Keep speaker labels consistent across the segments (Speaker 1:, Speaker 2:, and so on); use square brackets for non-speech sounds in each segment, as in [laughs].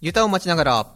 Speaker 1: ユタを待ちながら、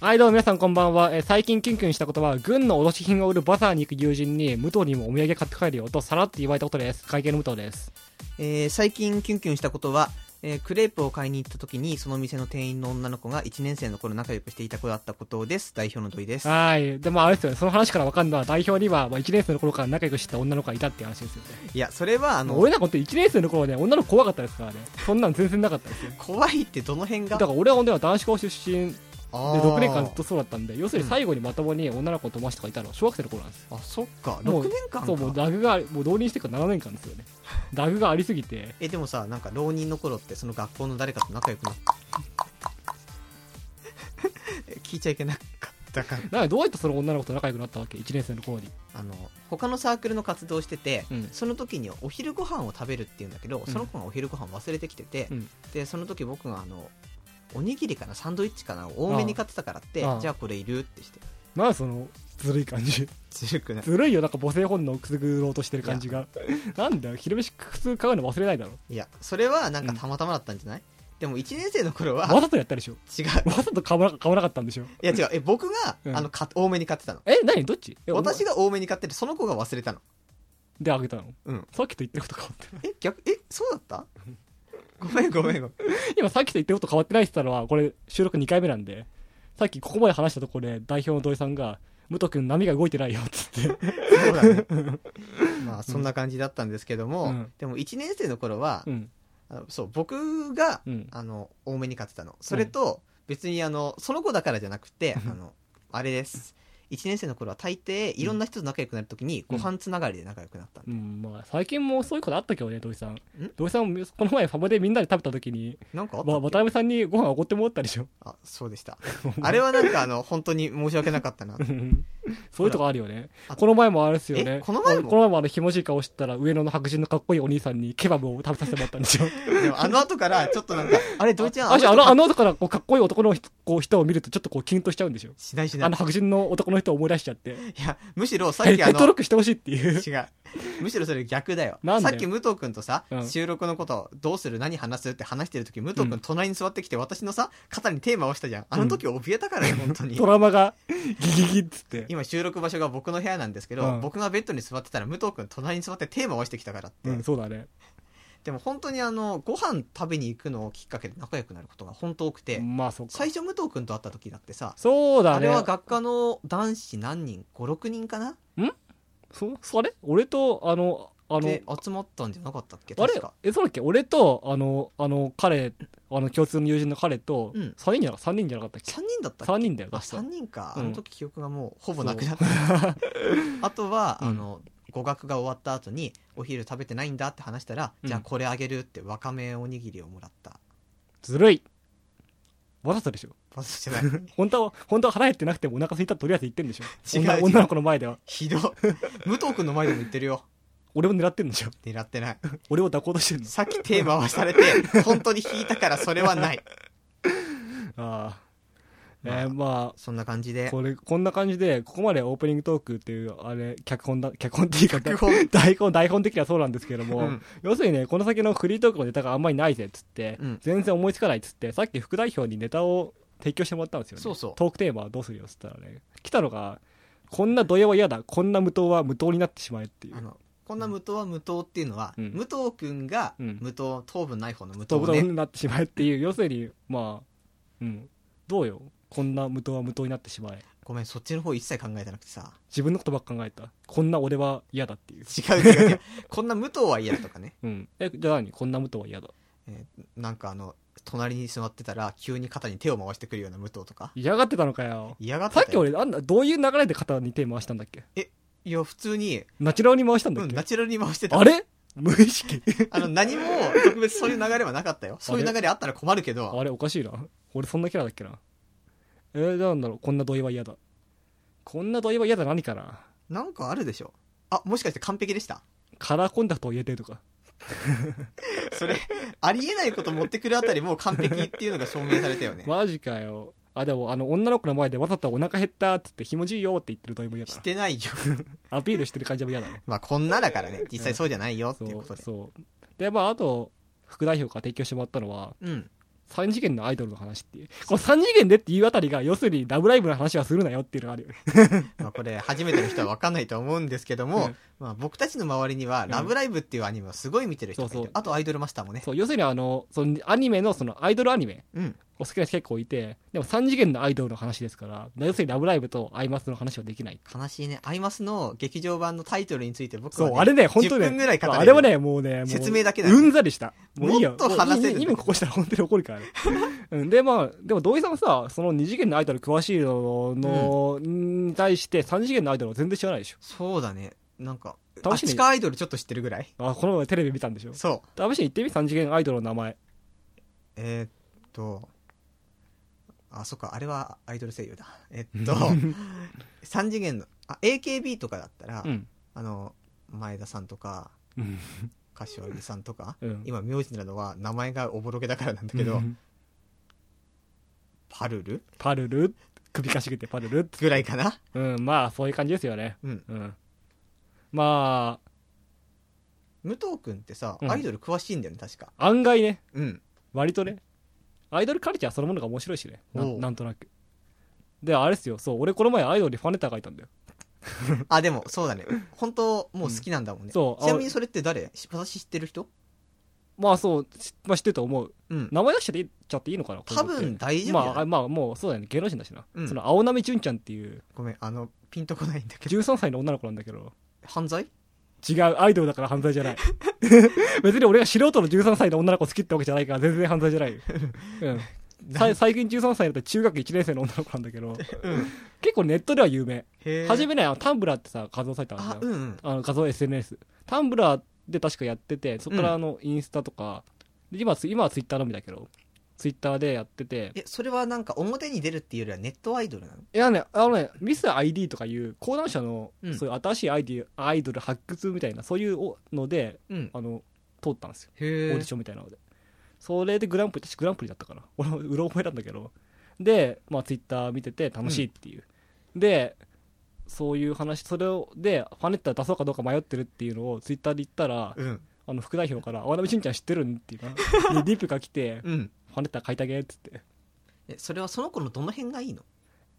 Speaker 2: はい、どうも皆さんこんばんは。えー最近キュンキュンしたことは、軍の卸品を売るバザーに行く友人に、武藤にもお土産買って帰るよとさらって言われたことです。会計の武藤です。
Speaker 1: えー最近キュンキュンしたことは、えークレープを買いに行った時にその店の店員の女の子が1年生の頃仲良くしていた子だったことです代表の土井です
Speaker 2: はい。で、まあ、あれですよね。その話からわかるのは、代表には、まあ、1年生の頃から仲良くしてた女の子がいたっていう話ですよね。
Speaker 1: いやそれはあの
Speaker 2: 俺なんか本当に1年生の頃ね、女の子怖かったですからね。そんなん全然なかったですよ。
Speaker 1: 怖いってどの辺が
Speaker 2: だから俺は本当に男子校出身で、
Speaker 1: あー
Speaker 2: 6年間ずっとそうだったんで、要するに最後にまともに女の子と友達とかいたのは、小学生の頃なんですよ。
Speaker 1: あそっか
Speaker 2: も
Speaker 1: 6
Speaker 2: う
Speaker 1: 年間か
Speaker 2: そう、もうラグが、もう浪人してから7年間ですよね。ラグがありすぎて、
Speaker 1: えでもさなんか浪人の頃ってその学校の誰かと仲良くなった [laughs] 聞いちゃいけなかったか
Speaker 2: なんかどうやってその女の子と仲良くなったわけ ?1 年生の頃に。
Speaker 1: あの他のサークルの活動をしてて、
Speaker 2: うん
Speaker 1: その時にお昼ご飯を食べるっていうんだけど、
Speaker 2: うん
Speaker 1: その子がお昼ご飯忘れてきてて、
Speaker 2: うん
Speaker 1: でその時僕があのおにぎりかなサンドイッチかな多めに買ってたからって
Speaker 2: ああ
Speaker 1: じゃあこれいるってして
Speaker 2: なんでその、ずるい感じ。 [laughs]
Speaker 1: ずるくない
Speaker 2: ずるいよ、なんか母性本能をくすぐろうとしてる感じが。 [laughs] なんだよ、昼飯普通買うの忘れないだろ。
Speaker 1: いやそれはなんかたまたまだったんじゃない、でも1年生の頃は
Speaker 2: わざとやったでしょ。
Speaker 1: 違う
Speaker 2: わざと買わな買わなかったんでしょ。
Speaker 1: いや違うえ僕が、
Speaker 2: うん
Speaker 1: あのか多めに買ってたの
Speaker 2: え、何どっちえ
Speaker 1: 私
Speaker 2: が。
Speaker 1: が多めに買っててその子が忘れたの
Speaker 2: で、あげたの。
Speaker 1: うん
Speaker 2: さっきと言ってること変わってる。
Speaker 1: え逆えそうだったごめんごめんごめん
Speaker 2: [laughs] 今、さっきと言ってること変わってないって言ったのは、これ、収録2回目なんで、さっきここまで話したところで、代表の土井さんが、武藤君波が動いてないよ、つって。
Speaker 1: そうだね [laughs] まあそんな感じだったんですけども、
Speaker 2: うん
Speaker 1: でも1年生の頃は
Speaker 2: う、ん。
Speaker 1: あのそう僕が、
Speaker 2: うん。
Speaker 1: あの多めに買ってたのそれと、別にあのその子だからじゃなくて
Speaker 2: うん
Speaker 1: あのあれです1年生の頃は大抵いろんな人と仲良くなるときに
Speaker 2: う
Speaker 1: ご
Speaker 2: ん
Speaker 1: 飯つながりで仲良くなったの、
Speaker 2: うん、まあ、最近もそういうことあったけどね、土井さん。土井さんも、この前、ファブでみんなで食べた時に、
Speaker 1: なんかあった
Speaker 2: まあ、
Speaker 1: っけ
Speaker 2: 渡辺さんにご飯おごってもらったでしょ。 [laughs]
Speaker 1: あそうでしたあれはなんかあの本当に申し訳なかったな
Speaker 2: うんそういうとこあるよね
Speaker 1: あ。
Speaker 2: この前もあれですよ
Speaker 1: え
Speaker 2: ね。
Speaker 1: この前も
Speaker 2: あこの前もあの、ひもじい顔してたら、上野の白人のかっこいいお兄さんにケバブを食べさせてもらったんです
Speaker 1: [laughs]
Speaker 2: よ。
Speaker 1: でもあの後からちょっとなんかあれどいちゃん
Speaker 2: あ、あ
Speaker 1: あ
Speaker 2: の、あ
Speaker 1: の人
Speaker 2: の後からこう、かっこいい男の人こう人を見ると、ちょっとこう、キュンとしちゃうんでしょ。
Speaker 1: しないしな
Speaker 2: あ
Speaker 1: い
Speaker 2: の、白人の男の人を思い出しち
Speaker 1: [laughs]
Speaker 2: ゃって。
Speaker 1: いやむしろさっ
Speaker 2: ヘ
Speaker 1: き
Speaker 2: ッ
Speaker 1: あ
Speaker 2: ド
Speaker 1: の
Speaker 2: ロックしてほしいって
Speaker 1: [laughs]
Speaker 2: いう。
Speaker 1: 違うむしろそれ逆だよ
Speaker 2: なんで
Speaker 1: さっき武藤君とさ、
Speaker 2: うん
Speaker 1: 収録のことどうする何話すって話してる時武藤君隣に座ってきて私のさ肩にテーマを押したじゃんあの時怯えた
Speaker 2: [laughs]
Speaker 1: からね、本当に
Speaker 2: ドラマが、ギギギっつって。
Speaker 1: 今収録場所が僕の部屋なんですけど、
Speaker 2: うん
Speaker 1: 僕がベッドに座ってたら武藤君隣に座ってテーマを押してきたからって、
Speaker 2: うん、そうだね。
Speaker 1: でも本当にあのご飯食べに行くのをきっかけで仲良くなることが本当多くて、
Speaker 2: まあ、そうか
Speaker 1: 最。初武藤君と会った時だってさ
Speaker 2: そう
Speaker 1: あ
Speaker 2: だ
Speaker 1: れ
Speaker 2: ね。
Speaker 1: は学科の男子何人56人かな
Speaker 2: そ、それ俺と、あの、あの
Speaker 1: で、集まったんじゃなかったっけ
Speaker 2: あれ
Speaker 1: 確か
Speaker 2: え、そうだっけ俺と、あの、あの、彼、あの、共通の友人の彼と、
Speaker 1: うん
Speaker 2: 3人じゃな、三人じゃなかったっけ
Speaker 1: 3人だったっけ
Speaker 2: 3人だよ、
Speaker 1: あ
Speaker 2: 確か
Speaker 1: 3人か、
Speaker 2: うん
Speaker 1: あの時記憶がもうほぼなくなった [laughs] あとは、
Speaker 2: うん
Speaker 1: あの語学が終わった後にお昼食べてないんだって話したら、
Speaker 2: うん
Speaker 1: じゃあこれあげるってわかめおにぎりをもら
Speaker 2: [laughs]
Speaker 1: った
Speaker 2: [laughs] ずるい。わざとでしょ。
Speaker 1: わざとじゃない
Speaker 2: 本当は、本当は腹減ってなくてもお腹空いたらとりあえず言ってんでしょ。
Speaker 1: 違う
Speaker 2: 女
Speaker 1: 違う
Speaker 2: 女の子の前では。
Speaker 1: ひ
Speaker 2: [laughs]
Speaker 1: どい武藤君の前でも言ってるよ
Speaker 2: 俺を狙ってんでしょ。
Speaker 1: 狙ってない
Speaker 2: 俺を抱こうとしてんの。
Speaker 1: さっきテーマはされて本当に引いたからそれはない
Speaker 2: ああ。え
Speaker 1: まあ
Speaker 2: ーま
Speaker 1: そんな感じで
Speaker 2: あ、これ、こんな感じで、ここまでオープニングトークっていう、あれ、脚本だ、脚本っていうか、
Speaker 1: 脚本
Speaker 2: 台本、台本的にはそうなんですけども、
Speaker 1: うん
Speaker 2: 要するにね、この先のフリートークのネタがあんまりないぜっつって、
Speaker 1: うん
Speaker 2: 全然思いつかないっつって、さっき副代表にネタを提供してもらったんですよね。
Speaker 1: そうそう
Speaker 2: トークテーマはどうするよっつったらね、来たのが、こんな土曜は嫌だ、こんな無糖は無糖になってしまえっていう
Speaker 1: あ。のこんな無糖は無糖っていうのは、
Speaker 2: うん
Speaker 1: 武藤君が
Speaker 2: うん
Speaker 1: 無糖糖分ない方の無
Speaker 2: 無
Speaker 1: 糖
Speaker 2: 糖
Speaker 1: ね、
Speaker 2: になってしまえっていう、要するに、まあ、うん、どうよ、こんな無糖は無糖になってしまえ。
Speaker 1: ごめんそっちの方一切考えてなくてさ
Speaker 2: 自分のことばっか考えた。こんな俺は嫌だっていう。
Speaker 1: 違う違う違うこんな武藤は嫌だとかね
Speaker 2: うん。え、じゃあ何こんな無糖は嫌だ。
Speaker 1: なんかあの隣に座ってたら急に肩に手を回してくるような武藤とか
Speaker 2: 嫌がってたのかよ。
Speaker 1: 嫌がってた
Speaker 2: さ
Speaker 1: よ
Speaker 2: っき俺、あんな、どういう流れで肩に手回したんだっけ
Speaker 1: いや普通に、
Speaker 2: ナチュラルに回したんだ
Speaker 1: う
Speaker 2: っ
Speaker 1: ん、
Speaker 2: け、
Speaker 1: ナチュラルに回してた
Speaker 2: あれ無意識
Speaker 1: あの何も特別そういう流れはなかったよそういう流れあったら困るけど
Speaker 2: [laughs] あれおかしいな俺そんなキャラだっけなえー、なんだろうこんな土井は嫌だこんな土井は嫌だ何かな
Speaker 1: なんかあるでしょあもしかして完璧でした
Speaker 2: カラーコンタクトを入れてとか
Speaker 1: それ [laughs] ありえないこと持ってくるあたりもう完璧っていうのが証明されたよね
Speaker 2: マジかよあでもあの女の子の前でわざとお腹減ったっつってひもじいよって言ってる土井も嫌だ
Speaker 1: し
Speaker 2: な
Speaker 1: てないよ [laughs]
Speaker 2: アピールしてる感じも嫌だね
Speaker 1: まあこんなだからね実際そうじゃないよって
Speaker 2: そ
Speaker 1: いうこ
Speaker 2: う
Speaker 1: とで
Speaker 2: そうでまああと副代表から提供してもらったのは
Speaker 1: うん
Speaker 2: 3次元のアイドルの話っていう。この3次元でっていうあたりが、要するにラブライブの話はするなよっていうのがあるよね。
Speaker 1: まあこれ初めての人は分かんないと思うんですけども、
Speaker 2: うん
Speaker 1: まあ、僕たちの周りには「ラブライブ!」っていうアニメをすごい見てる人がいて
Speaker 2: そうそう
Speaker 1: あとアイドルマスターもね
Speaker 2: そう、要するにあの、そのアニメの、そのアイドルアニメ
Speaker 1: うん
Speaker 2: お好きな人結構いて、でも3次元のアイドルの話ですから、要するにラブライブとアイマスの話はできない。
Speaker 1: 悲しいね「アイマス」の劇場版のタイトルについて僕
Speaker 2: そ
Speaker 1: は、
Speaker 2: う、あれね、本当
Speaker 1: 10分
Speaker 2: ね、
Speaker 1: ぐらい語れる
Speaker 2: あれはね、もうね、もう
Speaker 1: 説明だけだよ
Speaker 2: うんざりした。もういいよ。
Speaker 1: もっと話せる
Speaker 2: もう今ここしたら本当に怒るか
Speaker 1: [laughs]
Speaker 2: らね。うん、で、まあ、でも土井さんはさ、その二次元のアイドル詳しいのの、に対して三次元のアイドルは全然知らないでしょ。
Speaker 1: そうだねなんかあ
Speaker 2: 楽しみ
Speaker 1: 地下アイドルちょっと知ってるぐらい
Speaker 2: あ、この前テレビ見たんでしょ。
Speaker 1: そう
Speaker 2: 試しに言ってみ、三次元アイドルの名前。
Speaker 1: えーっとあそっかあれはアイドル声優だえっと
Speaker 2: [laughs]
Speaker 1: 3次元のあ AKB とかだったら、
Speaker 2: うん。
Speaker 1: あの前田さんとか
Speaker 2: うん。
Speaker 1: 柏木さんとか
Speaker 2: うん
Speaker 1: 今名字なのは名前がおぼろげだからなんだけど、
Speaker 2: うん
Speaker 1: パルル
Speaker 2: パルル、首かしげてパルル。
Speaker 1: ぐらいかな
Speaker 2: うん、まあ、そういう感じですよね。
Speaker 1: うん
Speaker 2: うん。ま
Speaker 1: 武藤君ってさ、
Speaker 2: うん
Speaker 1: アイドル詳しいんだよね確か
Speaker 2: あ、案外ね、
Speaker 1: うん
Speaker 2: 割とねアイドルカルチャーそのものが面白いしねな
Speaker 1: おう
Speaker 2: なんとなくであれっすよそう俺この前アイドルにファンレター書いたんだよ
Speaker 1: あでもそうだね本当もう好きなんだもんね、
Speaker 2: うんそう
Speaker 1: ちなみにそれって誰し私知ってる人
Speaker 2: まあそう、しまあ、知ってると思う
Speaker 1: うん
Speaker 2: 名前出しちゃっていいちゃっていいのかな
Speaker 1: 多
Speaker 2: こういうの
Speaker 1: 分
Speaker 2: って
Speaker 1: 大丈夫
Speaker 2: ま
Speaker 1: じゃな
Speaker 2: ああ
Speaker 1: い
Speaker 2: まあもうそうだよね芸能人だしな、
Speaker 1: うん
Speaker 2: その青波純ちゃんっていう
Speaker 1: ごめんあのピンとこないんだけど
Speaker 2: 13歳の女の子なんだけど
Speaker 1: 犯罪
Speaker 2: 違うアイドルだから犯罪じ
Speaker 1: [laughs]
Speaker 2: ゃない別に俺が素人の13歳の女の子好きってわけじゃないから全然犯罪じゃないよ、
Speaker 1: [laughs]
Speaker 2: うん、さい最近13歳だった中学1年生の女の子なんだけど
Speaker 1: うん
Speaker 2: 結構ネットでは有名
Speaker 1: へえ
Speaker 2: 初めねあのタンブラーってさ画像サイトあるじゃ
Speaker 1: あ
Speaker 2: ん
Speaker 1: うんうん
Speaker 2: あの画像 SNS タンブラーで確かやっててそこからあのインスタとか、で今はツイ今はツイッターのみだけどツイッターでやってて
Speaker 1: えそれはなんか表に出るっていうよりはネットアイドルなの
Speaker 2: いやねあのねミス ID とかいう講談社の、
Speaker 1: うん
Speaker 2: そういう新しいアイディアアイドル発掘みたいなそういうおので
Speaker 1: うん
Speaker 2: あの通ったんですよオー
Speaker 1: へ
Speaker 2: ディションみたいなのでそれでグランプリ私グランプリだったかな [laughs] 俺もうろ覚えなんだけどで、まあ、ツイッター見てて楽しいっていう、でそういう話それをでファネッタ出そうかどうか迷ってるっていうのをツイッターで言ったら、
Speaker 1: うん
Speaker 2: あの副代表から「青波しんちゃん知ってるん?」っていうかでリップが来て [laughs] 「
Speaker 1: うん
Speaker 2: ファネッタ書いてあげ」っつって
Speaker 1: えそれはその子のどの辺がいいの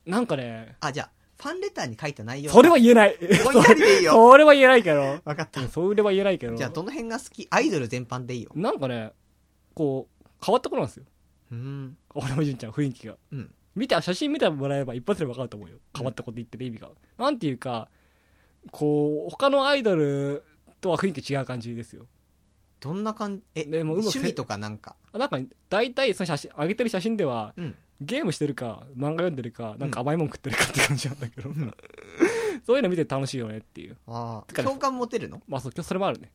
Speaker 2: なんかね
Speaker 1: あじゃあファンレターに書いた内容
Speaker 2: それは言えない
Speaker 1: ぼんやりでいいよ
Speaker 2: [laughs] それは言えないけど
Speaker 1: 分かった
Speaker 2: うんそれは言えないけど
Speaker 1: じゃあどの辺が好きアイドル全般でいいよ
Speaker 2: なんかねこう変わった子なんですよ
Speaker 1: うん
Speaker 2: 青波しんちゃん雰囲気が
Speaker 1: うん
Speaker 2: 見た写真見てもらえば一発で分かると思うよ変わったこと言ってる意味が、なんていうかこう他のアイドルとは雰囲気違う感じですよ
Speaker 1: どんな感じえ
Speaker 2: でもうまくせ
Speaker 1: 趣味とかなんか
Speaker 2: なんか大体その写真上げてる写真では
Speaker 1: うん
Speaker 2: ゲームしてるか漫画読んでるかなんか甘いもん食ってるかって感じなんだけど、そういうの見て楽しいよねっていう
Speaker 1: あ
Speaker 2: て
Speaker 1: あ
Speaker 2: かね
Speaker 1: 共感持てるの
Speaker 2: まあそうそれもあるね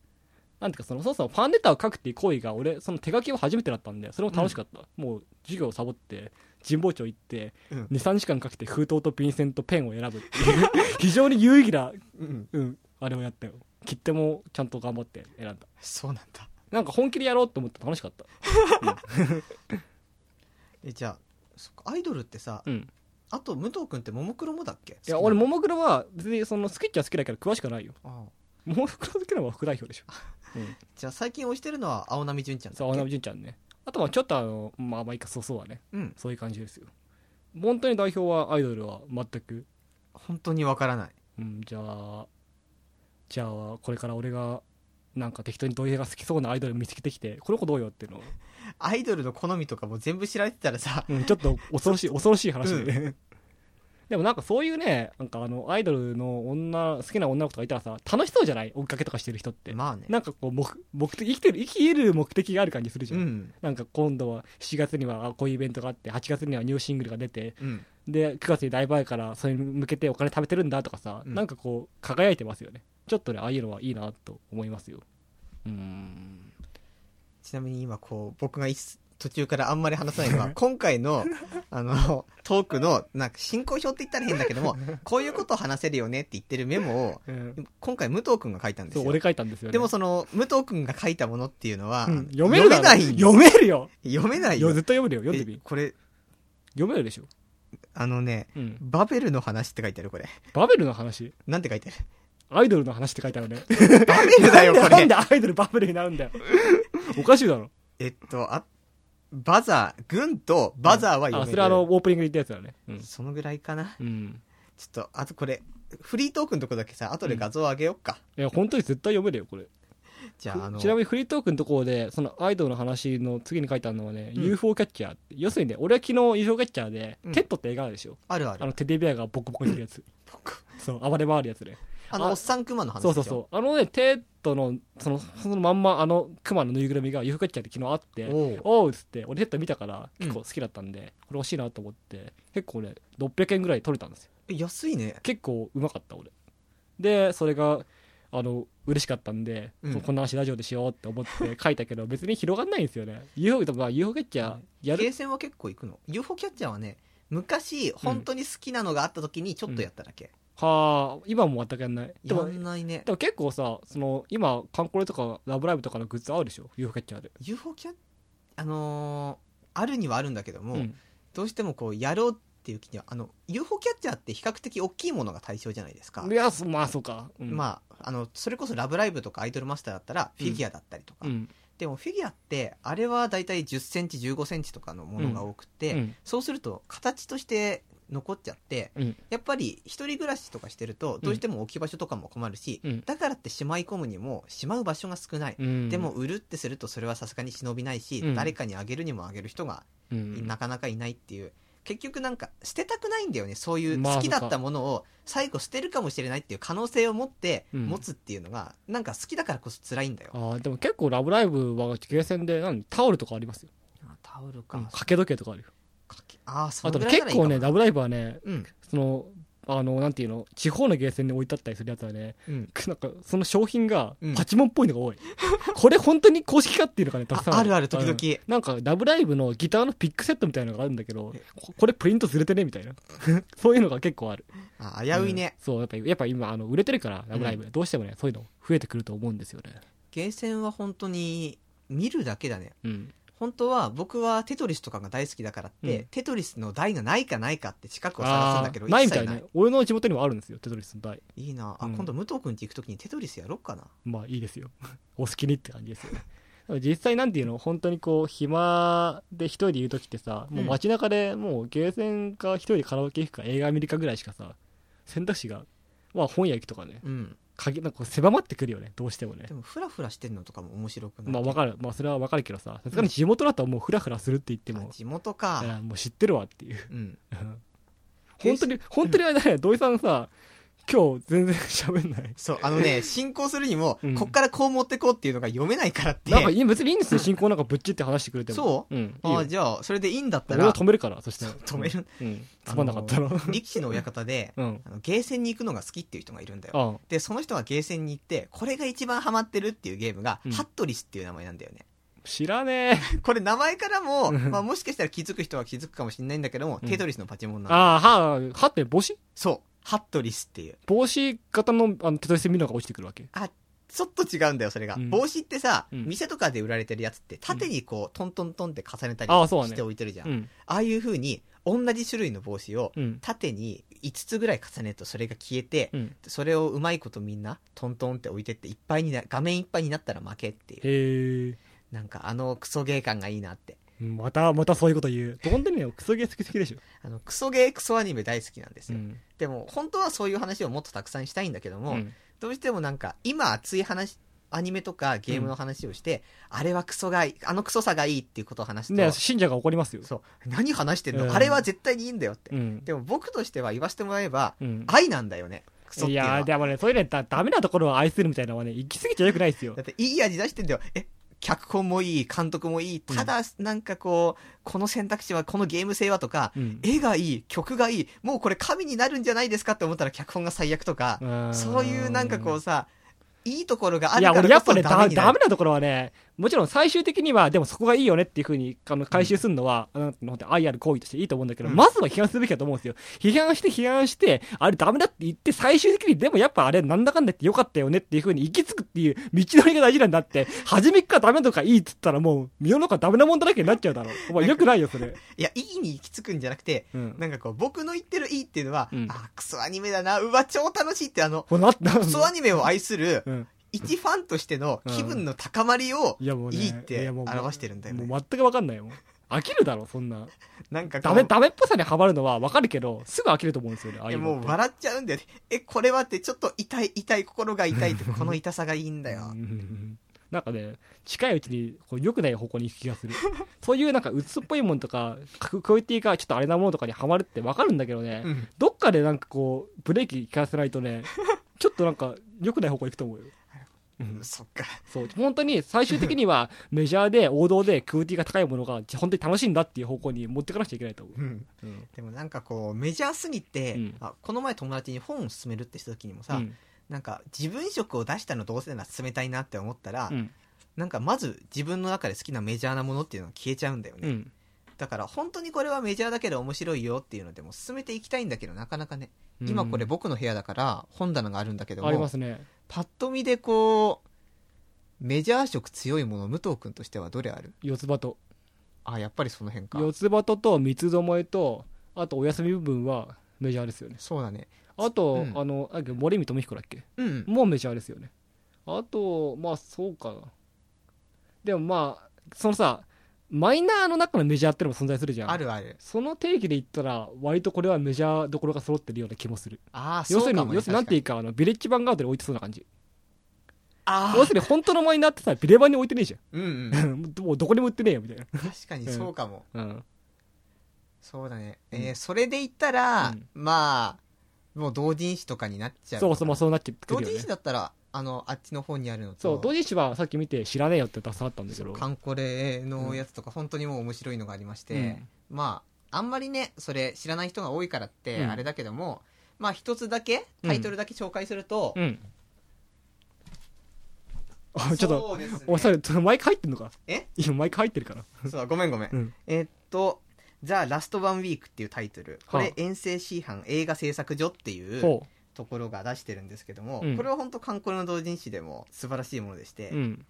Speaker 2: なんていうかそのそもそもファンレターを書くっていう行為が俺その手書きを初めてだったんでそれも楽しかった、もう授業をサボって神保町行って
Speaker 1: うん
Speaker 2: 23時間かけて封筒と便箋とペンを選ぶっていう [laughs] 非常に有意義な、
Speaker 1: うん
Speaker 2: うん、あれをやったよ切手もちゃんと頑張って選んだ
Speaker 1: そうなんだ
Speaker 2: なんか本気でやろうと思って楽しかった
Speaker 1: えじゃあそっかアイドルってさ
Speaker 2: うん
Speaker 1: あと武藤君ってももクロもだっけ
Speaker 2: いや俺
Speaker 1: も
Speaker 2: ももクロは別にその好きっちゃ好きだけど詳しくはないよ
Speaker 1: ああ
Speaker 2: ももクロ好きなのは副代表でしょ、うん
Speaker 1: じゃあ最近推してるのは青波純ちゃんだっけ
Speaker 2: そう、青波純ちゃんね。あとはちょっとあの、まあまあいいか、そうそうはね。
Speaker 1: うん
Speaker 2: そういう感じですよ。本当に代表は、アイドルは全く。
Speaker 1: 本当にわからない
Speaker 2: うん、じゃあ、じゃあ、これから俺が、なんか適当に土井が好きそうなアイドル見つけてきて、この子どうよっていうのを、
Speaker 1: アイドルの好みとかも全部知られてたらさ
Speaker 2: うん、ちょっと
Speaker 1: [laughs]
Speaker 2: 恐ろしい、恐ろしい話でね。でもなんかそういうね、なんかあの、アイドルの女、好きな女の子とかいたらさ、楽しそうじゃない追っかけとかしてる人って。
Speaker 1: まあね
Speaker 2: なんかこう目、目的、生きてる、生き得る目的がある感じするじ
Speaker 1: う
Speaker 2: ゃん。
Speaker 1: ん
Speaker 2: なんか今度は7月にはあこういうイベントがあって8月にはニューシングルが出て
Speaker 1: うん
Speaker 2: で9月に大バーからそれに向けてお金食べてるんだとかさ、
Speaker 1: うん
Speaker 2: なんかこう輝いてますよねちょっとねああいうのはいいなと思いますようーん
Speaker 1: ちなみに今こう僕がいつ途中からあんまり話さないのは
Speaker 2: [laughs]
Speaker 1: 今回のあのトークのなんか進行表って言ったら変だけど
Speaker 2: [laughs]
Speaker 1: もこういうことを話せるよねって言ってるメモを今回武藤君が書いたんです
Speaker 2: そう
Speaker 1: よ
Speaker 2: 俺書いたんですよ、ね、
Speaker 1: でもその武藤君が書いたものっていうのは、
Speaker 2: うん読めるだろ
Speaker 1: ないんよ
Speaker 2: 読めるよ
Speaker 1: 読めない
Speaker 2: よ
Speaker 1: よ
Speaker 2: 絶対読めるよ読んで
Speaker 1: え
Speaker 2: み
Speaker 1: これ
Speaker 2: 読めるでしょ、
Speaker 1: あのね
Speaker 2: うん、
Speaker 1: バベルの話って書いてあるこれ
Speaker 2: バベルの話
Speaker 1: なんて書いてあ
Speaker 2: アイドルの話って書いてあるね [laughs]
Speaker 1: るバベルだよこ
Speaker 2: なん
Speaker 1: れ [laughs]
Speaker 2: でアイドルバベルになるんだよおかしいだろ
Speaker 1: えっとあバザー、軍とバザーは読
Speaker 2: あ
Speaker 1: め
Speaker 2: そ
Speaker 1: る。
Speaker 2: れはあのオープニングで言ったやつだねうん、
Speaker 1: そのぐらいかな。
Speaker 2: うん、
Speaker 1: ちょっと、あとこれ、フリートークのとこだけさ、後で画像上げよっか。
Speaker 2: いや本当に絶対読めるよこれ
Speaker 1: じゃあ、あの、
Speaker 2: ちなみにフリートークのところでそのアイドルの話の次に書いてあるのはね、
Speaker 1: うん
Speaker 2: UFO キャッチャーって要するにね俺は昨日 UFO キャッチャーで、
Speaker 1: うん
Speaker 2: テッドって映画あるでしょ
Speaker 1: あるあ
Speaker 2: あ
Speaker 1: る。
Speaker 2: のテデビアがボコボコにいる
Speaker 1: [laughs]
Speaker 2: やつそう暴れ回るやつね
Speaker 1: あの、
Speaker 2: あ
Speaker 1: おっさんクマの話。
Speaker 2: そうそうそうあのねテッドのそのそのまんまあのクマのぬいぐるみが UFO キャッチャーで昨日あって
Speaker 1: おう
Speaker 2: おうっつって俺ヘッド見たから
Speaker 1: うん
Speaker 2: 結構好きだったんで、これ欲しいなと思って結構ね600円ぐらい取れたんですよ
Speaker 1: え安いね。
Speaker 2: 結構うまかった俺でそれがあの嬉しかったんで、
Speaker 1: うん
Speaker 2: こんな話ラジオでしようって
Speaker 1: [laughs]
Speaker 2: 思って書いたけど別に広がんないんですよね UFO とか UFO キャッチャーや
Speaker 1: ゲ
Speaker 2: る
Speaker 1: ーセンは結構行くの。UFO キャッチャーはね、昔、本当に好きなのがあった時にちょっとやっただけ。
Speaker 2: はあ今も全くやんない
Speaker 1: や
Speaker 2: でも
Speaker 1: んないね。
Speaker 2: でも結構さその今カンコレとかラブライブとかのグッズあるでしょ UFO キャッチャーで
Speaker 1: UFO キャッ、あのーあるにはあるんだけども、
Speaker 2: うん
Speaker 1: どうしてもこう、やろうっていう気には、あの、UFO キャッチャーって比較的大きいものが対象じゃないですか。
Speaker 2: いやそまあそうか、うん、あ
Speaker 1: まあ、あのそれこそ「ラブライブ!」とか「アイドルマスター」だったら
Speaker 2: う
Speaker 1: フ
Speaker 2: ん
Speaker 1: ィギュアだったりとか、
Speaker 2: うん
Speaker 1: でもフィギュアってあれは大体1 0ンチ1 5ンチとかのものが多くて、
Speaker 2: うん
Speaker 1: そうすると形として残っちゃって、
Speaker 2: うん
Speaker 1: やっぱり一人暮らしとかしてるとどうしても置き場所とかも困るし、
Speaker 2: うん
Speaker 1: だからってしまい込むにもしまう場所が少ない、
Speaker 2: うん
Speaker 1: でも売るってするとそれはさすがに忍びないし、
Speaker 2: うん
Speaker 1: 誰かにあげるにもあげる人が
Speaker 2: うん
Speaker 1: なかなかいないっていう結局なんか捨てたくないんだよねそういう
Speaker 2: まあ
Speaker 1: 好きだったものを最後捨てるかもしれないっていう可能性を持って
Speaker 2: うん
Speaker 1: 持つっていうのがなんか好きだからこそ辛いんだよ
Speaker 2: あーでも結構「ラブライブ!」はゲーセンで何タオルとかありますよ、
Speaker 1: タオル
Speaker 2: う
Speaker 1: か
Speaker 2: ん、掛け時計とかあるよ
Speaker 1: かけああそ
Speaker 2: あ
Speaker 1: の
Speaker 2: と
Speaker 1: ぐ
Speaker 2: ね
Speaker 1: らいな
Speaker 2: 結
Speaker 1: らいいか
Speaker 2: 構
Speaker 1: も
Speaker 2: ね「ラブライブ!」はね
Speaker 1: うん
Speaker 2: そのあのなんていうの地方のゲーセンに置いてあったりするやつはね [laughs]
Speaker 1: うん
Speaker 2: くなんかその商品が
Speaker 1: うん
Speaker 2: パチモンっぽいのが多い、 [laughs] これ本当に公式かっていうのがねた
Speaker 1: あ
Speaker 2: くさん
Speaker 1: あるある時
Speaker 2: うん
Speaker 1: 々
Speaker 2: なんか「ラブライブ!」のギターのピックセットみたいなのがあるんだけど
Speaker 1: え
Speaker 2: ここれプリントずれてねみたいな [laughs] そういうのが結構ある
Speaker 1: あ危ういね
Speaker 2: うんそうやっぱやっぱ今あの売れてるから「ラブライブ!」どうしてもねそういうの増えてくると思うんですよね
Speaker 1: ゲーセンは本当に見るだけだね
Speaker 2: うん
Speaker 1: 本当は僕はテトリスとかが大好きだからって、
Speaker 2: うん
Speaker 1: テトリスの台がないかないかって近くを探すん
Speaker 2: あ
Speaker 1: だけど
Speaker 2: ー
Speaker 1: 一
Speaker 2: ないみた
Speaker 1: 切
Speaker 2: い
Speaker 1: ない
Speaker 2: ね俺の地元にもあるんですよテトリスの台
Speaker 1: いいなあ、
Speaker 2: うん
Speaker 1: 今度武藤君ち行く時にテトリスやろっかな
Speaker 2: まあいいですよ。 [laughs] お好きにって感じですよね。でも実際なんていうの本当にこう暇で一人でいる時ってさ、もう街中でもうゲーセンか一人でカラオケ行くか映画見るかぐらいしかさ、選択肢が、まあ本屋行くとかね、
Speaker 1: うん
Speaker 2: 限なんかこう狭まってくるよね、どうしてもね
Speaker 1: で。もフラフラしてるのとかも面白くない
Speaker 2: まあわかる、まあそれはわかるけどさ、さすがに地元だともうフラフラするって言って
Speaker 1: あ
Speaker 2: も、
Speaker 1: 地元か、
Speaker 2: うんもう知ってるわっていう。 [laughs]
Speaker 1: うん、
Speaker 2: 本当に、本当にあれだね、土井さんさ、今日全然喋んない。
Speaker 1: そうあのね [laughs] 進行するにも、
Speaker 2: うん
Speaker 1: こっからこう持ってこうっていうのが読めないからって
Speaker 2: なんかいい別にいいんですよ、進行なんかぶっちって話してくれても。
Speaker 1: そう
Speaker 2: うん。いいよ
Speaker 1: ああじゃあそれでいいんだった
Speaker 2: 俺は
Speaker 1: ら
Speaker 2: 止めるから、そしたら。
Speaker 1: [laughs] 止める
Speaker 2: うん。つまんなかったら。 [laughs]
Speaker 1: 力士の親方で
Speaker 2: うん。
Speaker 1: あのゲーセンに行くのが好きっていう人がいるんだよ
Speaker 2: あ
Speaker 1: でその人がゲーセンに行ってこれが一番ハマってるっていうゲームが、
Speaker 2: うん
Speaker 1: ハットリスっていう名前なんだよね
Speaker 2: 知らねえ。
Speaker 1: これ名前からも、
Speaker 2: うん
Speaker 1: まあ、もしかしたら気づく人は気づくかもしれないんだけども、
Speaker 2: うん
Speaker 1: テトリスのパチモンなの
Speaker 2: [laughs] ああ、は、はって帽子
Speaker 1: そうハットリスっていう
Speaker 2: 帽子型の、あの、手取り線見るのが落ちてくるわけ。
Speaker 1: ちょっと違うんだよそれが、
Speaker 2: うん
Speaker 1: 帽子ってさ、
Speaker 2: うん
Speaker 1: 店とかで売られてるやつって縦にこう、トントントンって重ねたり
Speaker 2: ああそうだね
Speaker 1: して置いてるじゃん
Speaker 2: うん。
Speaker 1: ああいう風に、同じ種類の帽子を、
Speaker 2: うん。
Speaker 1: 縦に5つぐらい重ねるとそれが消えて、
Speaker 2: うん。
Speaker 1: それをうまいことみんな、トントンって置いてって、いっぱいにな、画面いっぱいになったら負けっていう。
Speaker 2: へえ。
Speaker 1: なんかあのクソゲー感がいいなって。
Speaker 2: また、またそういうこと言う。どんでね、クソゲー好き好きでしょ。
Speaker 1: あの、クソゲー、クソアニメ大好きなんです
Speaker 2: う
Speaker 1: よ。
Speaker 2: ん。
Speaker 1: でも、本当はそういう話をもっとたくさんしたいんだけども、
Speaker 2: うん
Speaker 1: どうしてもなんか、今熱い話、アニメとかゲームの話をして、あれはクソがいい、あのクソさがいいっていうことを話すと、
Speaker 2: ね信者が怒りますよ。
Speaker 1: そう、何話してんの、
Speaker 2: うん
Speaker 1: あれは絶対にいいんだよって。
Speaker 2: うん。
Speaker 1: でも僕としては言わせてもらえば、
Speaker 2: うん。
Speaker 1: 愛なんだよね。クソって
Speaker 2: い
Speaker 1: いうのは。
Speaker 2: やーでもね、そういうね、だダメなところを愛するみたいなのはね、行き過ぎちゃよくないですよ
Speaker 1: だ。っていい味出してんだよ。え、脚本もいい、監督もいい、ただなんかこう、この選択肢は、このゲーム性はとか、
Speaker 2: うん。
Speaker 1: 絵がいい、曲がいい、もうこれ神になるんじゃないですかって思ったら脚本が最悪とか、
Speaker 2: ん
Speaker 1: そういうなんかこうさ、いいところがあ
Speaker 2: い
Speaker 1: る
Speaker 2: や、
Speaker 1: から
Speaker 2: 俺やっ
Speaker 1: こ
Speaker 2: ぱ
Speaker 1: そ
Speaker 2: ね、
Speaker 1: ダメ
Speaker 2: だ
Speaker 1: に
Speaker 2: ダ
Speaker 1: な
Speaker 2: メ
Speaker 1: る。
Speaker 2: なところはね、もちろん最終的には、でもそこがいいよねっていうふうに、あの、回収するのは、あの、本当に愛ある行為としていいと思うんだけど、
Speaker 1: うん
Speaker 2: まずは批判すべきだと思うんですよ。批判して批判して、あれダメだって言って、最終的に、でもやっぱあれなんだかんだ言ってよかったよねっていうふうに行き着くっていう道のりが大事なんだって、初めっからダメとかいいっつったらもう、世の中ダメなもんだらけになっちゃうだろう。お前よくないよ、それ。
Speaker 1: いや、いいに行き着くんじゃなくて、
Speaker 2: うん。
Speaker 1: なんかこう、僕の言ってるいいっていうのは、
Speaker 2: うん
Speaker 1: あ、クソアニメだな、うわ、超楽しいって、あの、
Speaker 2: ほら、な、
Speaker 1: クソアニメを愛する、
Speaker 2: うん。
Speaker 1: 一ファンとしての気分の高まりを、
Speaker 2: いやもうね、
Speaker 1: いいって
Speaker 2: やもう
Speaker 1: 表してるんだよね
Speaker 2: もう全くわかんないよ。飽きるだろそんな
Speaker 1: なんかこ
Speaker 2: ダ
Speaker 1: う
Speaker 2: メダメっぽさにはまるのは分かるけどすぐ飽きると思うんですよねああい
Speaker 1: え
Speaker 2: う
Speaker 1: も
Speaker 2: のっ
Speaker 1: う
Speaker 2: て
Speaker 1: 笑っちゃうんだよねえこれはってちょっと痛い痛い心が痛いってこの痛さがいいんだよ
Speaker 2: うんなんかね近いうちにこう良くない方向に行く気がするそういうなんか鬱っぽいものとかククオリティがちょっとあれなものとかにはまるって分かるんだけどね、
Speaker 1: うん
Speaker 2: どっかでなんかこうブレーキ効かせないと
Speaker 1: [laughs]
Speaker 2: ねちょっとなんか良くない方向に行くと思うよ、うん
Speaker 1: そっか
Speaker 2: そう本当に最終的にはメジャーで王道でクオリティが高いものが本当に楽しいんだっていう方向に持ってかなくちゃいけないと思う、
Speaker 1: うん
Speaker 2: うん
Speaker 1: でもなんかこうメジャーすぎて、
Speaker 2: うん
Speaker 1: あこの前友達に本を勧めるってした時にもさ、
Speaker 2: うん
Speaker 1: なんか自分色を出したのどうせなら勧めたいなって思ったら、
Speaker 2: うん
Speaker 1: なんかまず自分の中で好きなメジャーなものっていうのが消えちゃうんだよね、
Speaker 2: うん
Speaker 1: だから本当にこれはメジャーだけど面白いよっていうのでも進めていきたいんだけどなかなかね、今これ僕の部屋だから本棚があるんだけど
Speaker 2: ありま
Speaker 1: も
Speaker 2: すね
Speaker 1: パッと見でこうメジャー色強いもの武藤君としてはどれある
Speaker 2: 四つ葉と
Speaker 1: あやっぱりその辺か
Speaker 2: 四つ葉とと三つどもえとあとお休み部分はメジャーですよね
Speaker 1: そうだね
Speaker 2: あと、
Speaker 1: うん
Speaker 2: あのなんだっけ森見智彦だっけ
Speaker 1: うん
Speaker 2: もうメジャーですよねあとまあそうかなでもまあそのさマイナーの中のメジャーってのも存在するじゃん
Speaker 1: あるある
Speaker 2: その定義で言ったら割とこれはメジャーどころが揃ってるような気もする
Speaker 1: ああそ
Speaker 2: 要す
Speaker 1: う
Speaker 2: る
Speaker 1: か
Speaker 2: に
Speaker 1: も、ね、
Speaker 2: 要するになんていうかあのビレッジヴァンガードに置いてそうな感じ
Speaker 1: あ
Speaker 2: 要するに本当のマイナーってさビレバンに置いてねえじ
Speaker 1: あうんうん
Speaker 2: ゃん
Speaker 1: [laughs]
Speaker 2: もうどこにも売ってねえよみたいな
Speaker 1: 確かにそうかも、
Speaker 2: うん
Speaker 1: そうだね、
Speaker 2: うん
Speaker 1: えーそれで言ったら、
Speaker 2: うん
Speaker 1: まあもう同人誌とかになっちゃう
Speaker 2: そうそうまあそうなってく
Speaker 1: 同
Speaker 2: るよ
Speaker 1: 人
Speaker 2: ね
Speaker 1: 誌だったらあのあっちの方にあるのと
Speaker 2: そう同人誌はさっき見て知らねえよって出さったんだけ
Speaker 1: そう
Speaker 2: ど
Speaker 1: カンコレのやつとか本当にもう面白いのがありまして、まああんまりねそれ知らない人が多いからって
Speaker 2: うん
Speaker 1: あれだけども、まあ一つだけタイトルだけ紹介すると、
Speaker 2: うん、うんあちょっと
Speaker 1: そうですね
Speaker 2: おそれそれマイク入ってんのか
Speaker 1: え
Speaker 2: 今マイク入ってるから
Speaker 1: そうごめんごめん、
Speaker 2: うん
Speaker 1: えーっと「ザ・ラスト・ワン・ウィーク」っていうタイトルこ
Speaker 2: は
Speaker 1: れ
Speaker 2: あ
Speaker 1: 遠征師範映画制作所っていう
Speaker 2: ほ
Speaker 1: ところが出してるんですけども、
Speaker 2: うん
Speaker 1: これは本当観光の同人誌でも素晴らしいものでして、
Speaker 2: ううん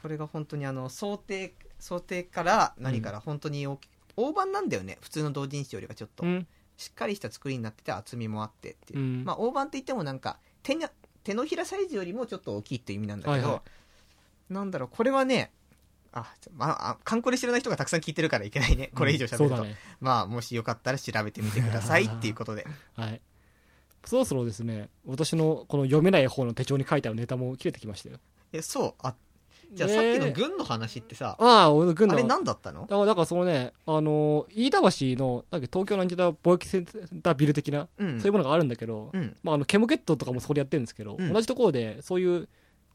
Speaker 1: これが本当にあの想定想定から何から本当に大き大判なんだよね普通の同人誌よりはちょっと、
Speaker 2: うん
Speaker 1: しっかりした作りになってて厚みもあってっていう、
Speaker 2: うん
Speaker 1: まあ大判って言ってもなんか手に手のひらサイズよりもちょっと大きいっていう意味なんだけど、
Speaker 2: はいは
Speaker 1: なんだろうこれはねあ、ちょまあ、あ観光で知らない人がたくさん聞いてるからいけないね。これ以上喋ると。
Speaker 2: そうだね
Speaker 1: まあ、もしよかったら調べてみてくださいっていう
Speaker 2: [laughs]
Speaker 1: ことで。
Speaker 2: はいそろそろですね私のこの読めない方の手帳に書いてあるネタも切れてきましたよ
Speaker 1: え、そう。あ、じゃあ
Speaker 2: ね
Speaker 1: さっ
Speaker 2: え
Speaker 1: きの軍の話ってさ、
Speaker 2: ああ俺軍
Speaker 1: あ
Speaker 2: の
Speaker 1: れ何だったの
Speaker 2: だからだからそのねあの飯田橋のなんか東京なんちゃら貿易センタービル的な、
Speaker 1: うん。
Speaker 2: そういうものがあるんだけど、
Speaker 1: うん。
Speaker 2: まあ、あのケムケットとかもそこでやってるんですけど、
Speaker 1: うん
Speaker 2: 同じところでそういう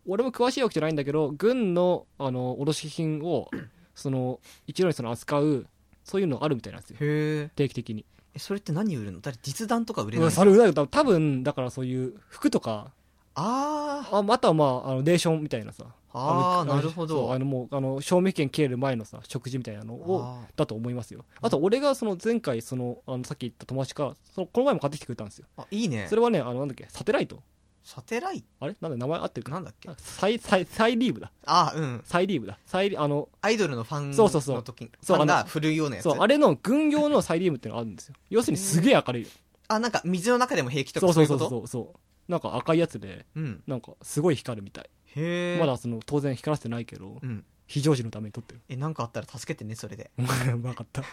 Speaker 2: 俺も詳しいわけじゃないんだけど軍のあの卸
Speaker 1: [clears throat]
Speaker 2: 品をその一度にその扱うそういうのがあるみたいなんですよ
Speaker 1: へ
Speaker 2: 定期的に
Speaker 1: え。それって何売るのだって実弾とか売れ
Speaker 2: う
Speaker 1: ない
Speaker 2: んそれうざい多分だからそういう服とか
Speaker 1: あー
Speaker 2: あまたはまああのレーションみたいなさ
Speaker 1: あ
Speaker 2: あ
Speaker 1: ー、
Speaker 2: の
Speaker 1: なるほ
Speaker 2: そうあ
Speaker 1: ど。
Speaker 2: のもうあの賞味期限切れる前のさ食事みたいなのを
Speaker 1: あー
Speaker 2: だと思いますよあと俺がその前回そのあのさっき言った友達からそのこの前も買ってきてくれたんですよ
Speaker 1: あ、いいね
Speaker 2: そ。れはねあのなんだっけサテライト
Speaker 1: サテライ
Speaker 2: あれなんだ名前合ってる
Speaker 1: ト
Speaker 2: か
Speaker 1: なんだっけ
Speaker 2: サイサイサイリーブだ
Speaker 1: あー、うん。
Speaker 2: サイリーブだサイリあの
Speaker 1: アイドルのファン
Speaker 2: そうそうそう
Speaker 1: の時
Speaker 2: そう
Speaker 1: ファン
Speaker 2: あ
Speaker 1: が
Speaker 2: の
Speaker 1: 振るようなやつ
Speaker 2: そうあれの軍用のサイリーブっていうのがあるんで
Speaker 1: [laughs]
Speaker 2: すよ要するにすげえ明るい
Speaker 1: あなんか水の中でも平気と
Speaker 2: そ
Speaker 1: か
Speaker 2: う
Speaker 1: そ
Speaker 2: そう
Speaker 1: いうう
Speaker 2: そ
Speaker 1: こ
Speaker 2: う
Speaker 1: と
Speaker 2: そうそうなんか赤いやつで
Speaker 1: うん
Speaker 2: なんかすごい光るみたい
Speaker 1: へえ
Speaker 2: まだその当然光らせてないけど
Speaker 1: うん
Speaker 2: 非常時のために撮ってる [laughs]
Speaker 1: えなんかあったら助けてねそれで
Speaker 2: 分かった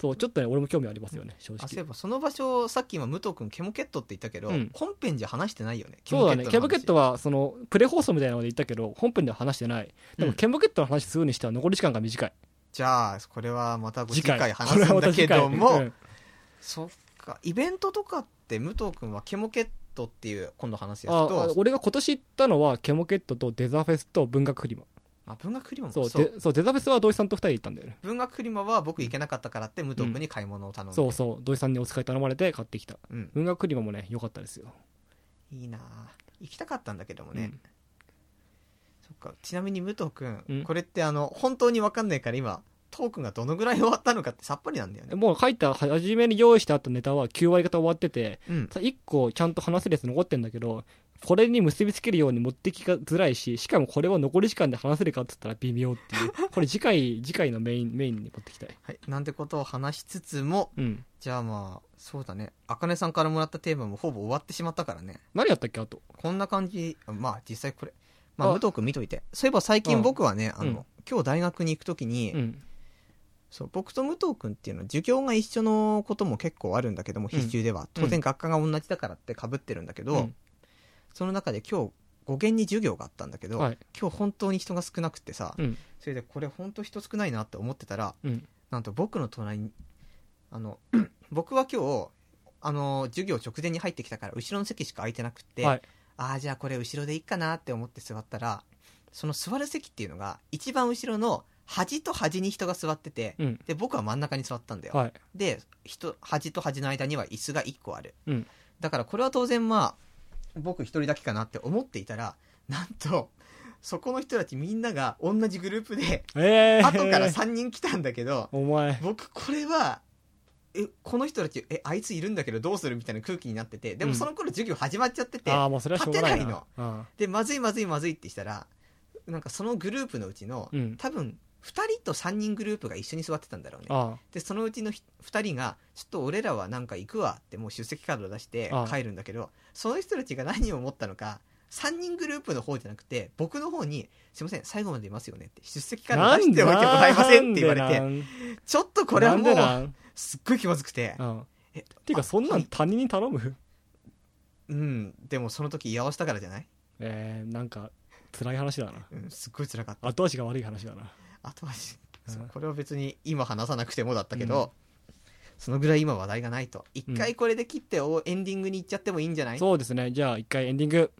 Speaker 2: そうちょっとね俺も興味ありますよね正
Speaker 1: あそういえ
Speaker 2: 直
Speaker 1: ばその場所さっき今武藤君ケモケットって言ったけど、
Speaker 2: うん
Speaker 1: 本編じゃ話してないよね
Speaker 2: そうだねケムケット
Speaker 1: は
Speaker 2: はそのプレ放送みたいなので言ったけど本編では話してないで
Speaker 1: う
Speaker 2: も
Speaker 1: ん
Speaker 2: ケムケットの話するにしては残り時間が短い
Speaker 1: じゃあこれはまたご次
Speaker 2: 次
Speaker 1: 回
Speaker 2: 回
Speaker 1: 話すんだけども、
Speaker 2: これはまた次回うん
Speaker 1: そっかイベントとかって武藤君はケモケットって [laughs] いう今度話すや
Speaker 2: あ
Speaker 1: つと
Speaker 2: あ俺が今年行ったのはケモケットとデザフェスと文学フリマ
Speaker 1: あ文学フリマも
Speaker 2: そ
Speaker 1: そうう
Speaker 2: でそうデザフェスは土井さんと二人で行ったんだよね
Speaker 1: 文学フリマは僕行けなかったからって武藤君に買い物を頼んで、
Speaker 2: そうそう土井さんにお使い頼まれて買ってきた
Speaker 1: うん
Speaker 2: 文学フリマもね良かったですよ、
Speaker 1: いいなあ行きたかったんだけどもね、
Speaker 2: うん
Speaker 1: そっかちなみに武藤君、
Speaker 2: うん
Speaker 1: これってあの本当に分かんないから今トークがどのぐらい終わったのかってさっぱりなんだよね、
Speaker 2: もう書いた初めに用意してあったネタは9割方終わってて
Speaker 1: うん、
Speaker 2: 1個ちゃんと話せるやつ残ってんだけどこれに結びつけるように持ってきがづらいししかもこれは残り時間で話せるかっつったら微妙ってい
Speaker 1: [laughs]
Speaker 2: うこれ次回次回のメインメインに持ってきたい
Speaker 1: はい、なんてことを話しつつも
Speaker 2: うん
Speaker 1: じゃあまあそうだねあかねさんからもらったテーマもほぼ終わってしまったからね
Speaker 2: 何やったっけあと
Speaker 1: こんな感じあまあ実際これ、まあ、
Speaker 2: あ
Speaker 1: 武藤君見といてそういえば最
Speaker 2: う
Speaker 1: 近
Speaker 2: ん
Speaker 1: 僕はね、あの
Speaker 2: うん
Speaker 1: 今日大学に行くときに、
Speaker 2: うん
Speaker 1: そう僕と武藤君っていうのは授業が一緒のことも結構あるんだけども
Speaker 2: うん
Speaker 1: 必修では、当然学科が同じだからってかぶってるんだけど、
Speaker 2: うん
Speaker 1: その中で今日語源に授業があったんだけど、
Speaker 2: はい
Speaker 1: 今日本当に人が少なくってさ、
Speaker 2: うん
Speaker 1: それでこれ本当人少ないなって思ってたら
Speaker 2: うん
Speaker 1: なんと僕の隣にあの [clears throat] 僕は今日あの授業直前に入ってきたから後ろの席しか空いてなくって、
Speaker 2: はい
Speaker 1: ああじゃあこれ後ろでいいかなって思って座ったらその座る席っていうのが一番後ろの端と端に人が座ってて、
Speaker 2: うん
Speaker 1: で僕は真ん中に座ったんだよ、
Speaker 2: はい
Speaker 1: で人端と端の間には椅子が1個ある、
Speaker 2: うん
Speaker 1: だからこれは当然まあ僕一人だけかなって思っていたらなんとそこの人たちみんなが同じグループ
Speaker 2: [laughs]
Speaker 1: で
Speaker 2: ええー、
Speaker 1: 後から3人来たんだけど、
Speaker 2: お前
Speaker 1: 僕これはえこの人たちえあいついるんだけどどうするみたいな空気になっててでもその頃授業始まっちゃってて、
Speaker 2: ああもうそれはしょうがないな
Speaker 1: 勝
Speaker 2: あ
Speaker 1: でまずいまずいまずいってしたらなんかそのグループのうちの、
Speaker 2: あうん
Speaker 1: 多分2人と3人グループが一緒に座ってたんだろうね
Speaker 2: あ
Speaker 1: でそのうちのひ2人が「ちょっと俺らはなんか行くわ」ってもう出席カードを出して
Speaker 2: ああ
Speaker 1: 帰るんだけどその人たちが何を思ったのか3人グループの方じゃなくて僕の方に「すいません最後までいますよね」って「出席
Speaker 2: あ
Speaker 1: カード出しておいてもらえません」って言われ
Speaker 2: なん
Speaker 1: て
Speaker 2: でなん
Speaker 1: ちょっとこれはも
Speaker 2: な
Speaker 1: うん
Speaker 2: で
Speaker 1: すっごい気まずくて
Speaker 2: なんうん
Speaker 1: え
Speaker 2: ていうかそんな
Speaker 1: あ
Speaker 2: ん他人に頼む
Speaker 1: うんでもその時居合わせたからじゃない、
Speaker 2: えー、なんか辛い話だな
Speaker 1: うん、すっごい辛かった
Speaker 2: 後味が悪い話だな
Speaker 1: あとはし
Speaker 2: うん
Speaker 1: そうこれは別に今話さなくてもだったけど、そのぐらい今話題がないと一回これで切っておエンディングに行っちゃってもいいんじゃない、
Speaker 2: そうですねじゃあ一回エンディング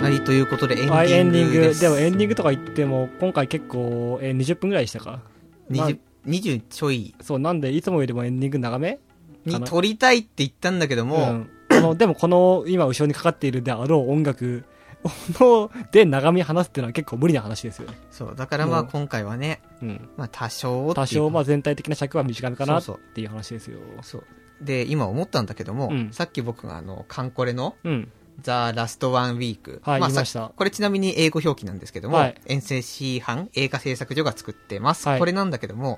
Speaker 1: はいということでエンディング
Speaker 2: はいエンディン
Speaker 1: で
Speaker 2: グ
Speaker 1: す
Speaker 2: でもエンディングとか言っても今回結構、えー、20分ぐらいでしたかまあ
Speaker 1: 20 20ちょい
Speaker 2: そうなんでいつもよりもエンディング長めか
Speaker 1: に
Speaker 2: な
Speaker 1: 撮りたいって言ったんだけども、
Speaker 2: ん、このでもこの今後ろにかかっているであろう音楽ので長めに話すっていうのは結構無理な話ですよね、
Speaker 1: そうだからまあ
Speaker 2: うん
Speaker 1: 今回はね、
Speaker 2: うん、
Speaker 1: まあ、多少っていう
Speaker 2: 多少まあ全体的な尺は短めかなっ
Speaker 1: そう
Speaker 2: ていう話ですよ
Speaker 1: そうそうで今思ったんだけども、
Speaker 2: うん
Speaker 1: さっき僕があのカンコレの
Speaker 2: うん
Speaker 1: 「ザ・ラスト・ワン・ウィーク」
Speaker 2: はい、
Speaker 1: まあ
Speaker 2: 言い
Speaker 1: さ
Speaker 2: ました
Speaker 1: これちなみに英語表記なんですけども、
Speaker 2: はい
Speaker 1: 遠征市販映画製作所が作ってます、
Speaker 2: はい
Speaker 1: これなんだけども、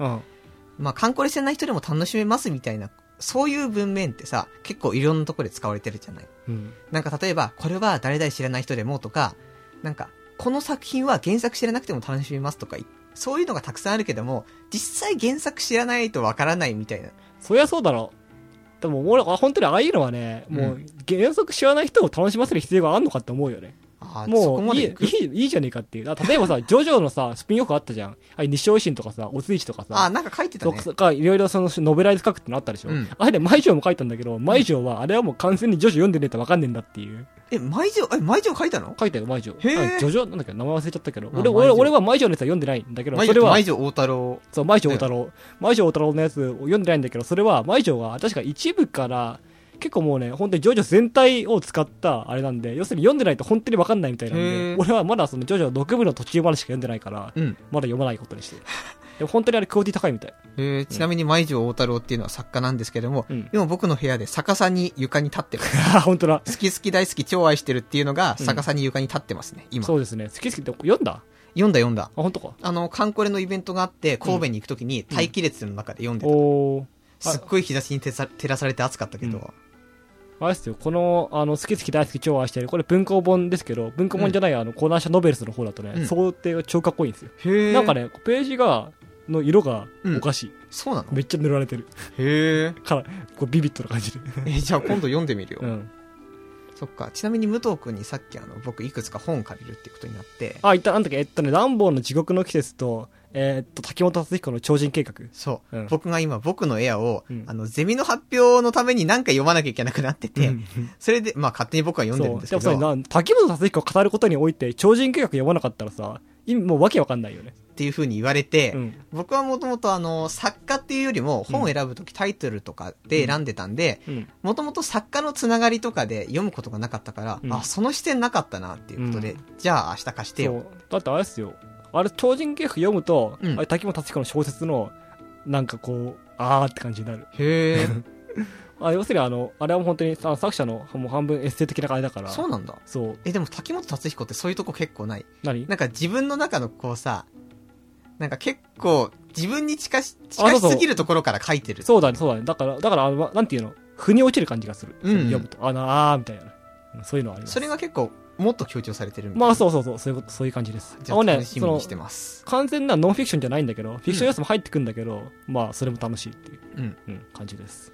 Speaker 2: うん
Speaker 1: まあ観光してない人でも楽しめますみたいなそういう文面ってさ結構いろんなところで使われてるじゃない
Speaker 2: うん
Speaker 1: なんか例えばこれは誰々知らない人でもとかなんかこの作品は原作知らなくても楽しめますとかそういうのがたくさんあるけども実際原作知らないとわからないみたいな
Speaker 2: そりゃそうだろうでも俺は本当にああいうのはね、もう原則知らない人を楽しませる必要があるのかって思うよね
Speaker 1: あーそこ
Speaker 2: も
Speaker 1: ま
Speaker 2: うい
Speaker 1: で
Speaker 2: い
Speaker 1: いく
Speaker 2: いいいいじゃねえかっていうあ例えばさ [laughs] ジョジョのさスピンオフあったじゃんあれ西尾維新とかさおついちとかさ
Speaker 1: あーなんか書いてた
Speaker 2: と
Speaker 1: ね
Speaker 2: か、いろいろそのノベライズ書くってのあったでしょ、
Speaker 1: うん
Speaker 2: あれで舞城も書いたんだけど、舞城はあれはもう完全にジョジョ読んでねえと分かんねえんだっていう。
Speaker 1: え毎城え毎城書いたの
Speaker 2: 書いたよ、舞城。
Speaker 1: へえ
Speaker 2: あジョジョなんだっけ名前忘れちゃったけど、
Speaker 1: あ
Speaker 2: 俺、俺
Speaker 1: 舞城
Speaker 2: 俺は舞城のやつは読んでないんだけど、
Speaker 1: 毎
Speaker 2: それ
Speaker 1: 城
Speaker 2: は
Speaker 1: 毎、城大太郎
Speaker 2: そう、舞城太郎。舞城太郎のやつを読んでないんだけど、それは舞城は確か一部から、結構もうね、本当にジョジョ全体を使ったあれなんで、要するに読んでないと本当に分かんないみたいなん
Speaker 1: へ
Speaker 2: で
Speaker 1: え、
Speaker 2: 俺はまだそのジョジョ6部の途中までしか読んでないから、
Speaker 1: うん
Speaker 2: まだ読まないことにしてる。でも本当にあれクオリティ高いみたい。
Speaker 1: えーちなみに舞城大太郎っていうのは作家なんですけども、
Speaker 2: うん [laughs]
Speaker 1: 今僕の部屋で逆さに床に立ってます。
Speaker 2: あ、本当だ。
Speaker 1: 好き好き大好き超愛してるっていうのが
Speaker 2: うん
Speaker 1: 逆さに床に立ってますね、今。
Speaker 2: そうですね。好き好きって読んだあ、
Speaker 1: 読んだ読んだ。
Speaker 2: 本当か。
Speaker 1: あの、カンコレのイベントがあって、神戸に行くときに待機列の中で読んでた。
Speaker 2: おーあ
Speaker 1: すっごい日差しに照さ照らされて暑かったけど。
Speaker 2: あれですよこのあの好き好き大好き超愛してるこれ文庫本ですけど文庫本じゃない、あの講談社ノベルスの方だとね、
Speaker 1: うん
Speaker 2: 想定が超かっこいいんですよ、
Speaker 1: へえ。
Speaker 2: なんかねページがの色がおかしい、
Speaker 1: そうなの
Speaker 2: めっちゃ塗られてる
Speaker 1: へえ。
Speaker 2: からこうビビッドな
Speaker 1: [laughs]
Speaker 2: 感じで、
Speaker 1: え、じゃあ今度読んでみるよ。
Speaker 2: うん、
Speaker 1: そっか。ちなみに武藤くんにさっきあの、僕いくつか本借りるってことになって、
Speaker 2: あいったなんだっけえっとね「ランボーの地獄の季節と」えーっと滝本達彦の超人計画
Speaker 1: そう、
Speaker 2: うん
Speaker 1: 僕が今僕の絵を、
Speaker 2: うん
Speaker 1: あの、ゼミの発表のために何か読まなきゃいけなくなって」て、
Speaker 2: うん
Speaker 1: それで、まあ勝手に僕は読んでるんですけ
Speaker 2: そうでも
Speaker 1: ど、
Speaker 2: さな滝本達彦を語ることにおいて超人計画読まなかったらさ意味もうわけわかんないよね、
Speaker 1: っていうふうに言われて、
Speaker 2: うん、
Speaker 1: 僕はもともとあの、作家っていうよりも本を選ぶときタイトルとかで選んでたんで、
Speaker 2: うん
Speaker 1: もともと作家のつながりとかで読むことがなかったから、
Speaker 2: うん
Speaker 1: あその視点なかったなっていうことで、
Speaker 2: う
Speaker 1: じゃあ明日貸して
Speaker 2: そ
Speaker 1: よ
Speaker 2: うだってあれですよあれ超人計画読むと、
Speaker 1: うん
Speaker 2: あれ滝本達彦の小説のなんかこうあーって感じになる
Speaker 1: へ
Speaker 2: [laughs]
Speaker 1: え
Speaker 2: あ要するにあのあれは本当にあの作者のもう半分エッセイ的な感じだから
Speaker 1: そうなんだ
Speaker 2: そう
Speaker 1: えでも滝本達彦ってそういうとこ結構ない
Speaker 2: 何
Speaker 1: なんか自分の中のこうさなんか結構自分に近し
Speaker 2: あ
Speaker 1: 近
Speaker 2: そうそ
Speaker 1: し
Speaker 2: う
Speaker 1: すぎるところから書いてる
Speaker 2: そうだねそうだねだからだからあのなんていうの腑に落ちる感じがする、
Speaker 1: うんうん
Speaker 2: 読むとあなあーみたいなうんそういうのはあります
Speaker 1: それが結構もっと強調されてるみたい
Speaker 2: ま
Speaker 1: な
Speaker 2: あそうそうそうそういうことそういう感じです
Speaker 1: じゃ
Speaker 2: あ
Speaker 1: あ
Speaker 2: のね
Speaker 1: 楽しみ
Speaker 2: そ
Speaker 1: に
Speaker 2: の
Speaker 1: してます、
Speaker 2: 完全なノンフィクションじゃないんだけどフィクション要素も入ってくんだけど、まあそれも楽しいっていう、
Speaker 1: うん
Speaker 2: うん、感じです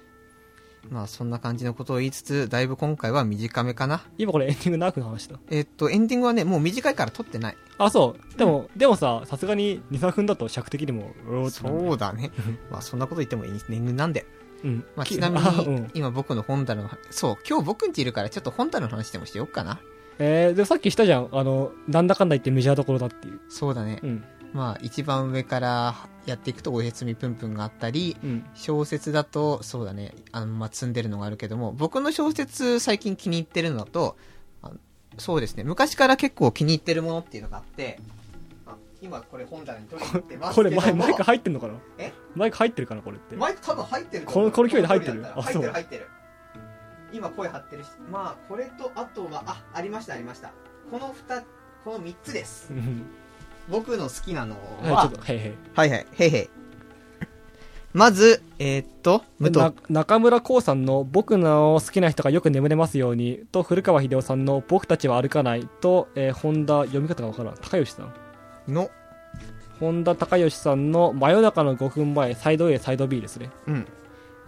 Speaker 1: まあそんな感じのことを言いつつだいぶ今回は短めかな
Speaker 2: 今これエンディング長く話した
Speaker 1: えっとエンディングはねもう短いから撮ってない
Speaker 2: あそうでも、でもささすがに23分だと尺的にもうおーってなる
Speaker 1: そうだねまあそんなこと言ってもいい年齢なんで、
Speaker 2: [laughs] うん
Speaker 1: まあ、ちなみ
Speaker 2: あうん
Speaker 1: に今僕の本棚の話そう今日僕んちいるからちょっと本棚の話でもしてよっかな
Speaker 2: えー、でもさっきしたじゃんあのなんだかんだ言ってメジャーどころだっていう
Speaker 1: そうだね
Speaker 2: うん
Speaker 1: まあ一番上からやっていくと「おやすみぷんぷん」があったり
Speaker 2: うん
Speaker 1: 小説だとそうだねあのまあ積んでるのがあるけども僕の小説最近気に入ってるのだとあそうですね昔から結構気に入ってるものっていうのがあってあ今これ本棚に取りに行ってます
Speaker 2: こ
Speaker 1: けど
Speaker 2: れ
Speaker 1: も
Speaker 2: マイマイク入ってんのかな
Speaker 1: え
Speaker 2: マイク入ってるかなこれって
Speaker 1: マイク多分入ってると
Speaker 2: このこの距離で入ってる
Speaker 1: この
Speaker 2: あ
Speaker 1: 距離だったら入っ
Speaker 2: そ
Speaker 1: てる入ってる今声張ってるしまあこれとあとはあありましたありましたこの二この3つです
Speaker 2: うん
Speaker 1: 僕の好きなの
Speaker 2: はいちょ
Speaker 1: は
Speaker 2: っとへいへい
Speaker 1: はいはいへいへいまずえーっと武藤
Speaker 2: な中村浩さんの「僕の好きな人がよく眠れますように」と古川英夫さんの「僕たちは歩かない」と、えー本田読み方がわからん高吉さん
Speaker 1: の
Speaker 2: 本田高吉さんの「真夜中の5分前サイド A サイド B」ですね
Speaker 1: うん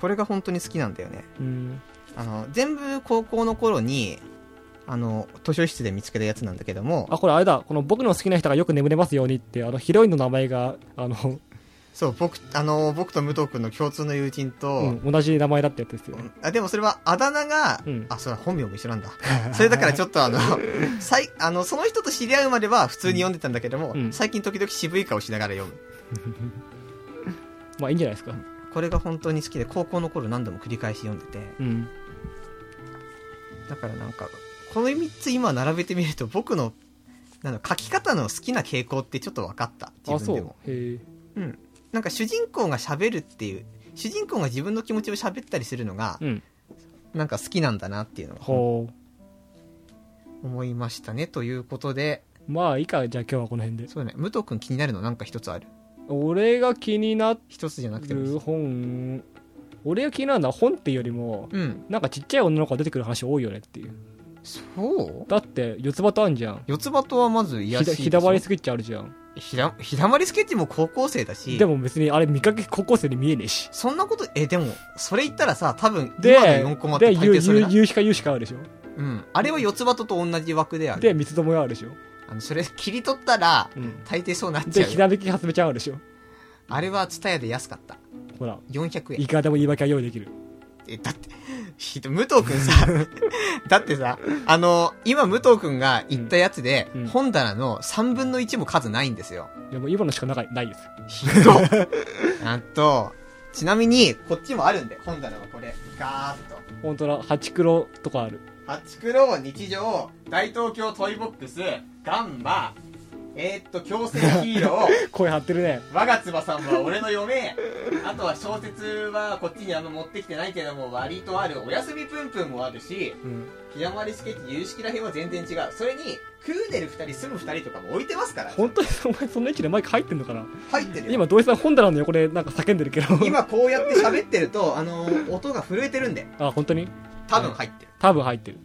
Speaker 1: これが本当に好きなんだよね
Speaker 2: うん
Speaker 1: あの全部高校の頃にあの図書室で見つけたやつなんだけども
Speaker 2: あこれあれだこの「僕の好きな人がよく眠れますように」ってあのヒロインの名前があの、
Speaker 1: そう僕あの僕と武藤君の共通の友人と、
Speaker 2: うん同じ名前だったやつですよね
Speaker 1: あでもそれはあだ名が、
Speaker 2: うん
Speaker 1: あそれは本名も一緒なん
Speaker 2: [laughs]
Speaker 1: だそれだからちょっとあのさいあのその人と知り合うまでは普通に読んでたんだけども、
Speaker 2: うん
Speaker 1: 最近時々渋い顔しながら読む
Speaker 2: まあいいんじゃないですか
Speaker 1: これが本当に好きで高校の頃何度も繰り返し読んでて
Speaker 2: うん
Speaker 1: だからなんかこの3つ今並べてみると僕のなんだろう書き方の好きな傾向ってちょっと分かった
Speaker 2: あ
Speaker 1: 自分
Speaker 2: そう
Speaker 1: でも
Speaker 2: へえ
Speaker 1: なんか主人公が喋るっていう主人公が自分の気持ちを喋ったりするのが、
Speaker 2: うん
Speaker 1: なんか好きなんだなっていうのを
Speaker 2: ほう
Speaker 1: 思いましたねということで
Speaker 2: まあいいかじゃあ今日はこの辺で
Speaker 1: そうね武藤君気になるのなんか一つある
Speaker 2: 俺が気になっ
Speaker 1: 一つじゃなくてもいい
Speaker 2: る
Speaker 1: です
Speaker 2: 本俺が気になるのは本っていうよりも
Speaker 1: うん
Speaker 2: なんかちっちゃい女の子が出てくる話多いよねっていう
Speaker 1: そう
Speaker 2: だって四つ葉とあんじゃん
Speaker 1: 四つ葉とはまず
Speaker 2: ひ
Speaker 1: 癒や
Speaker 2: だ
Speaker 1: し
Speaker 2: ひだまりスケッチあるじゃん
Speaker 1: ひだひだまりスケッチも高校生だし
Speaker 2: でも別にあれ見かけ高校生に見えねえし
Speaker 1: そんなことえでもそれ言ったらさ多分
Speaker 2: で
Speaker 1: 今の4コマっ
Speaker 2: で
Speaker 1: て大
Speaker 2: 夕
Speaker 1: 抵それだ、
Speaker 2: 夕日か夕日かあるでしょ
Speaker 1: うん、あれは四つ葉とと同じ枠である
Speaker 2: で三つどもがあるでしょ、
Speaker 1: あのそれ切り取ったら
Speaker 2: うん、
Speaker 1: 大抵そうなっち
Speaker 2: で
Speaker 1: ゃう
Speaker 2: ひ
Speaker 1: よ
Speaker 2: らめきはつめちゃんあるでしょ
Speaker 1: あれは蔦屋で安かった
Speaker 2: ほら
Speaker 1: 400円
Speaker 2: いかでも言い訳は用意できる
Speaker 1: えだってひど武藤君
Speaker 2: [laughs]
Speaker 1: さだってさあの今武藤君が言ったやつで、
Speaker 2: うんうん
Speaker 1: 本棚の3分の1も数ないんです
Speaker 2: [laughs]
Speaker 1: よ
Speaker 2: いやもう今のしかないないです
Speaker 1: ひどっあとちなみにこっちもあるんで本棚はこれガーッと
Speaker 2: 本当だハチクロとかある
Speaker 1: ハチクロ日常大東京トイボックスガンマえー、っと強制ヒーロー
Speaker 2: 声張ってるね
Speaker 1: 我が妻さんは俺の嫁あとは小説はこっちにあんま持ってきてないけども割とあるおやすみぷんぷんもあるし
Speaker 2: うん
Speaker 1: 日だまりスケッチ有識らへんは全然違うそれにクーデル2人住む2人とかも置いてますから
Speaker 2: 本当にお前そんな位置でマイク入ってんのかな
Speaker 1: 入ってるよ
Speaker 2: 今土井さん本棚の横でなんか叫んでるけど
Speaker 1: [laughs] 今こうやって喋ってるとあのー音が震えてるんで
Speaker 2: あ本当に
Speaker 1: 多分入ってる
Speaker 2: 多分入ってる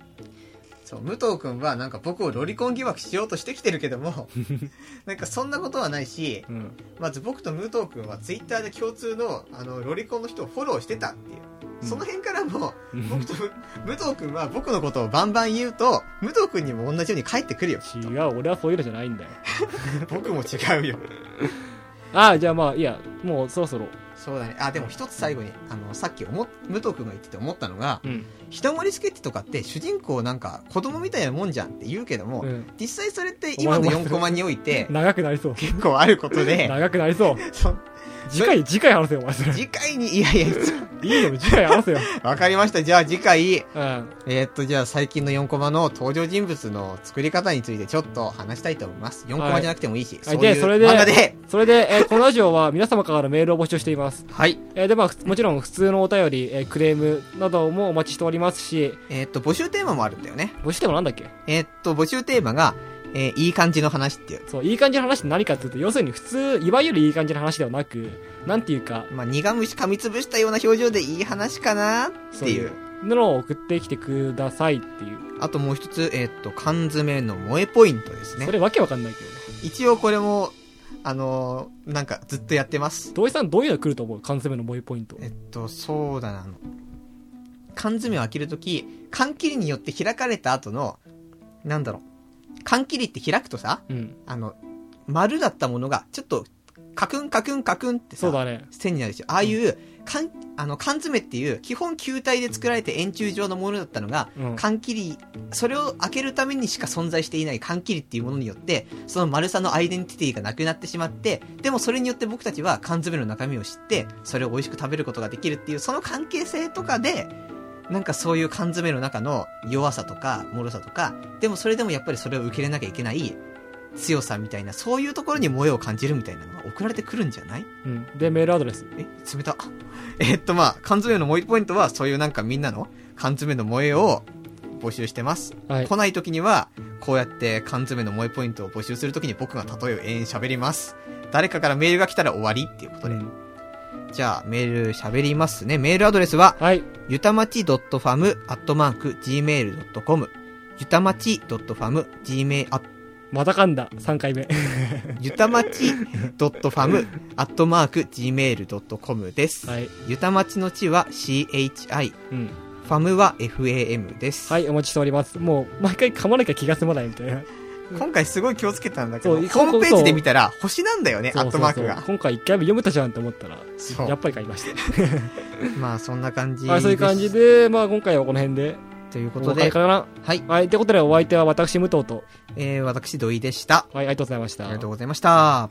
Speaker 1: そう武藤君はなんか僕をロリコン疑惑しようとしてきてるけども [laughs] なんかそんなことはないし
Speaker 2: うん
Speaker 1: まず僕と武藤君はツイッターで共通のあのロリコンの人をフォローしてたっていうその辺からも僕と武藤君は僕のことをバンバン言うと武藤君にも同じように返ってくるよ
Speaker 2: 違う俺はそういうのじゃないんだよ
Speaker 1: 僕も違
Speaker 2: [laughs]
Speaker 1: うよ
Speaker 2: ああじゃあまあいいやもうそろそろ
Speaker 1: そうだねあでも一つ最後にあのさっき思っ武藤君が言ってて思ったのが
Speaker 2: うん、
Speaker 1: 「ひともりスケッチ」とかって主人公なんか子供みたいなもんじゃんって言うけども、
Speaker 2: うん、
Speaker 1: 実際それって今の
Speaker 2: お前お前
Speaker 1: 4コマにおい
Speaker 2: [laughs]
Speaker 1: て
Speaker 2: 長くなりそう
Speaker 1: 結構あることで
Speaker 2: 長くなり
Speaker 1: [laughs]
Speaker 2: そう
Speaker 1: そう
Speaker 2: 次回次回話せよお前それ
Speaker 1: 次回にいやいや
Speaker 2: いいよ次回話せよ
Speaker 1: わかりましたじゃあ次回
Speaker 2: うん
Speaker 1: えーっとじゃあ最近の4コマの登場人物の作り方についてちょっと話したいと思います4コマじゃなくてもいいし、
Speaker 2: はい
Speaker 1: そういう
Speaker 2: でそれで
Speaker 1: 漫画で
Speaker 2: それで、えーこのラジオは皆様からのメールを募集しています、
Speaker 1: はい
Speaker 2: えーでまあふつもちろん普通のお便り、えークレームなどもお待ちしておりますし
Speaker 1: えーっと募集テーマもあるんだよね
Speaker 2: 募集テーマなんだっけ
Speaker 1: えーっと募集テーマがえーいい感じの話っていう。
Speaker 2: そういい感じの話って何かっていうと要するに普通いわゆるいい感じの話ではなくなんていうか
Speaker 1: まあ、苦虫噛みつぶしたような表情でいい話かなっていう。
Speaker 2: のを送ってきてくださいっていう
Speaker 1: あともう一つ、えーっと、缶詰の萌えポイントですね
Speaker 2: そ。れわけわかんないけどね
Speaker 1: 一応これも、あのーなんかずっとやってます。
Speaker 2: 土井さんどういうの来ると思う缶詰の萌えポイント
Speaker 1: えっと、そうだな。あの缶詰を開けるとき、缶切りによって開かれた後の、なんだろう。缶切りって開くとさ、
Speaker 2: うん
Speaker 1: あの、丸だったものが、ちょっと、カクンカクンカクンってさ、
Speaker 2: そうだね
Speaker 1: 線になるでしょ。ああいう、缶、あの、缶詰っていう、基本球体で作られて円柱状のものだったのが、
Speaker 2: うん
Speaker 1: 缶切り、それを開けるためにしか存在していない缶切りっていうものによって、その丸さのアイデンティティがなくなってしまって、でもそれによって僕たちは缶詰の中身を知って、それを美味しく食べることができるっていう、その関係性とかで、なんかそういう缶詰の中の弱さとか、脆さとか、でもそれでもやっぱりそれを受け入れなきゃいけない強さみたいな、そういうところに萌えを感じるみたいなのが送られてくるんじゃない
Speaker 2: うん、でメールアドレス
Speaker 1: え、冷た。 [laughs] えっとまあ、缶詰の萌えポイントは、そういうなんかみんなの缶詰の萌えを募集してます。
Speaker 2: はい
Speaker 1: 来ない時には、こうやって缶詰の萌えポイントを募集する時に僕が例えを永遠喋ります。誰かからメールが来たら終わりっていうことで。
Speaker 2: うん
Speaker 1: じゃあ、メール喋りますね。メールアドレスは、
Speaker 2: はい
Speaker 1: ゆたまち .fam.gmail.com ゆたまち .fam.gmail、あ、 [laughs]
Speaker 2: またかんだ3回目
Speaker 1: ゆたまち .fam.gmail.com です。
Speaker 2: はい、
Speaker 1: ゆたまちのちは CHI、
Speaker 2: うん、
Speaker 1: ファムは FAM です。
Speaker 2: はいお待ちしておりますもう毎回噛まなきゃ気が済まないみたい
Speaker 1: [laughs]
Speaker 2: な
Speaker 1: 今回すごい気をつけたんだけど、ホ
Speaker 2: そう
Speaker 1: ームページで見たら星なんだよね、アッ
Speaker 2: そうそ
Speaker 1: ト
Speaker 2: う
Speaker 1: マー
Speaker 2: そ
Speaker 1: ク
Speaker 2: う
Speaker 1: が。
Speaker 2: 今回1回目読めたじゃんと思ったら
Speaker 1: そう
Speaker 2: やっぱり買いました
Speaker 1: まあそんな感じ。
Speaker 2: はいそういう感じ。で、まあ、今回はこの辺で
Speaker 1: というこ
Speaker 2: お
Speaker 1: と
Speaker 2: 別れ
Speaker 1: で、
Speaker 2: かな
Speaker 1: はい、
Speaker 2: はいということでお相手は私武藤と
Speaker 1: えー、私土井でした。
Speaker 2: はいありがとうございました
Speaker 1: ありがとうございました。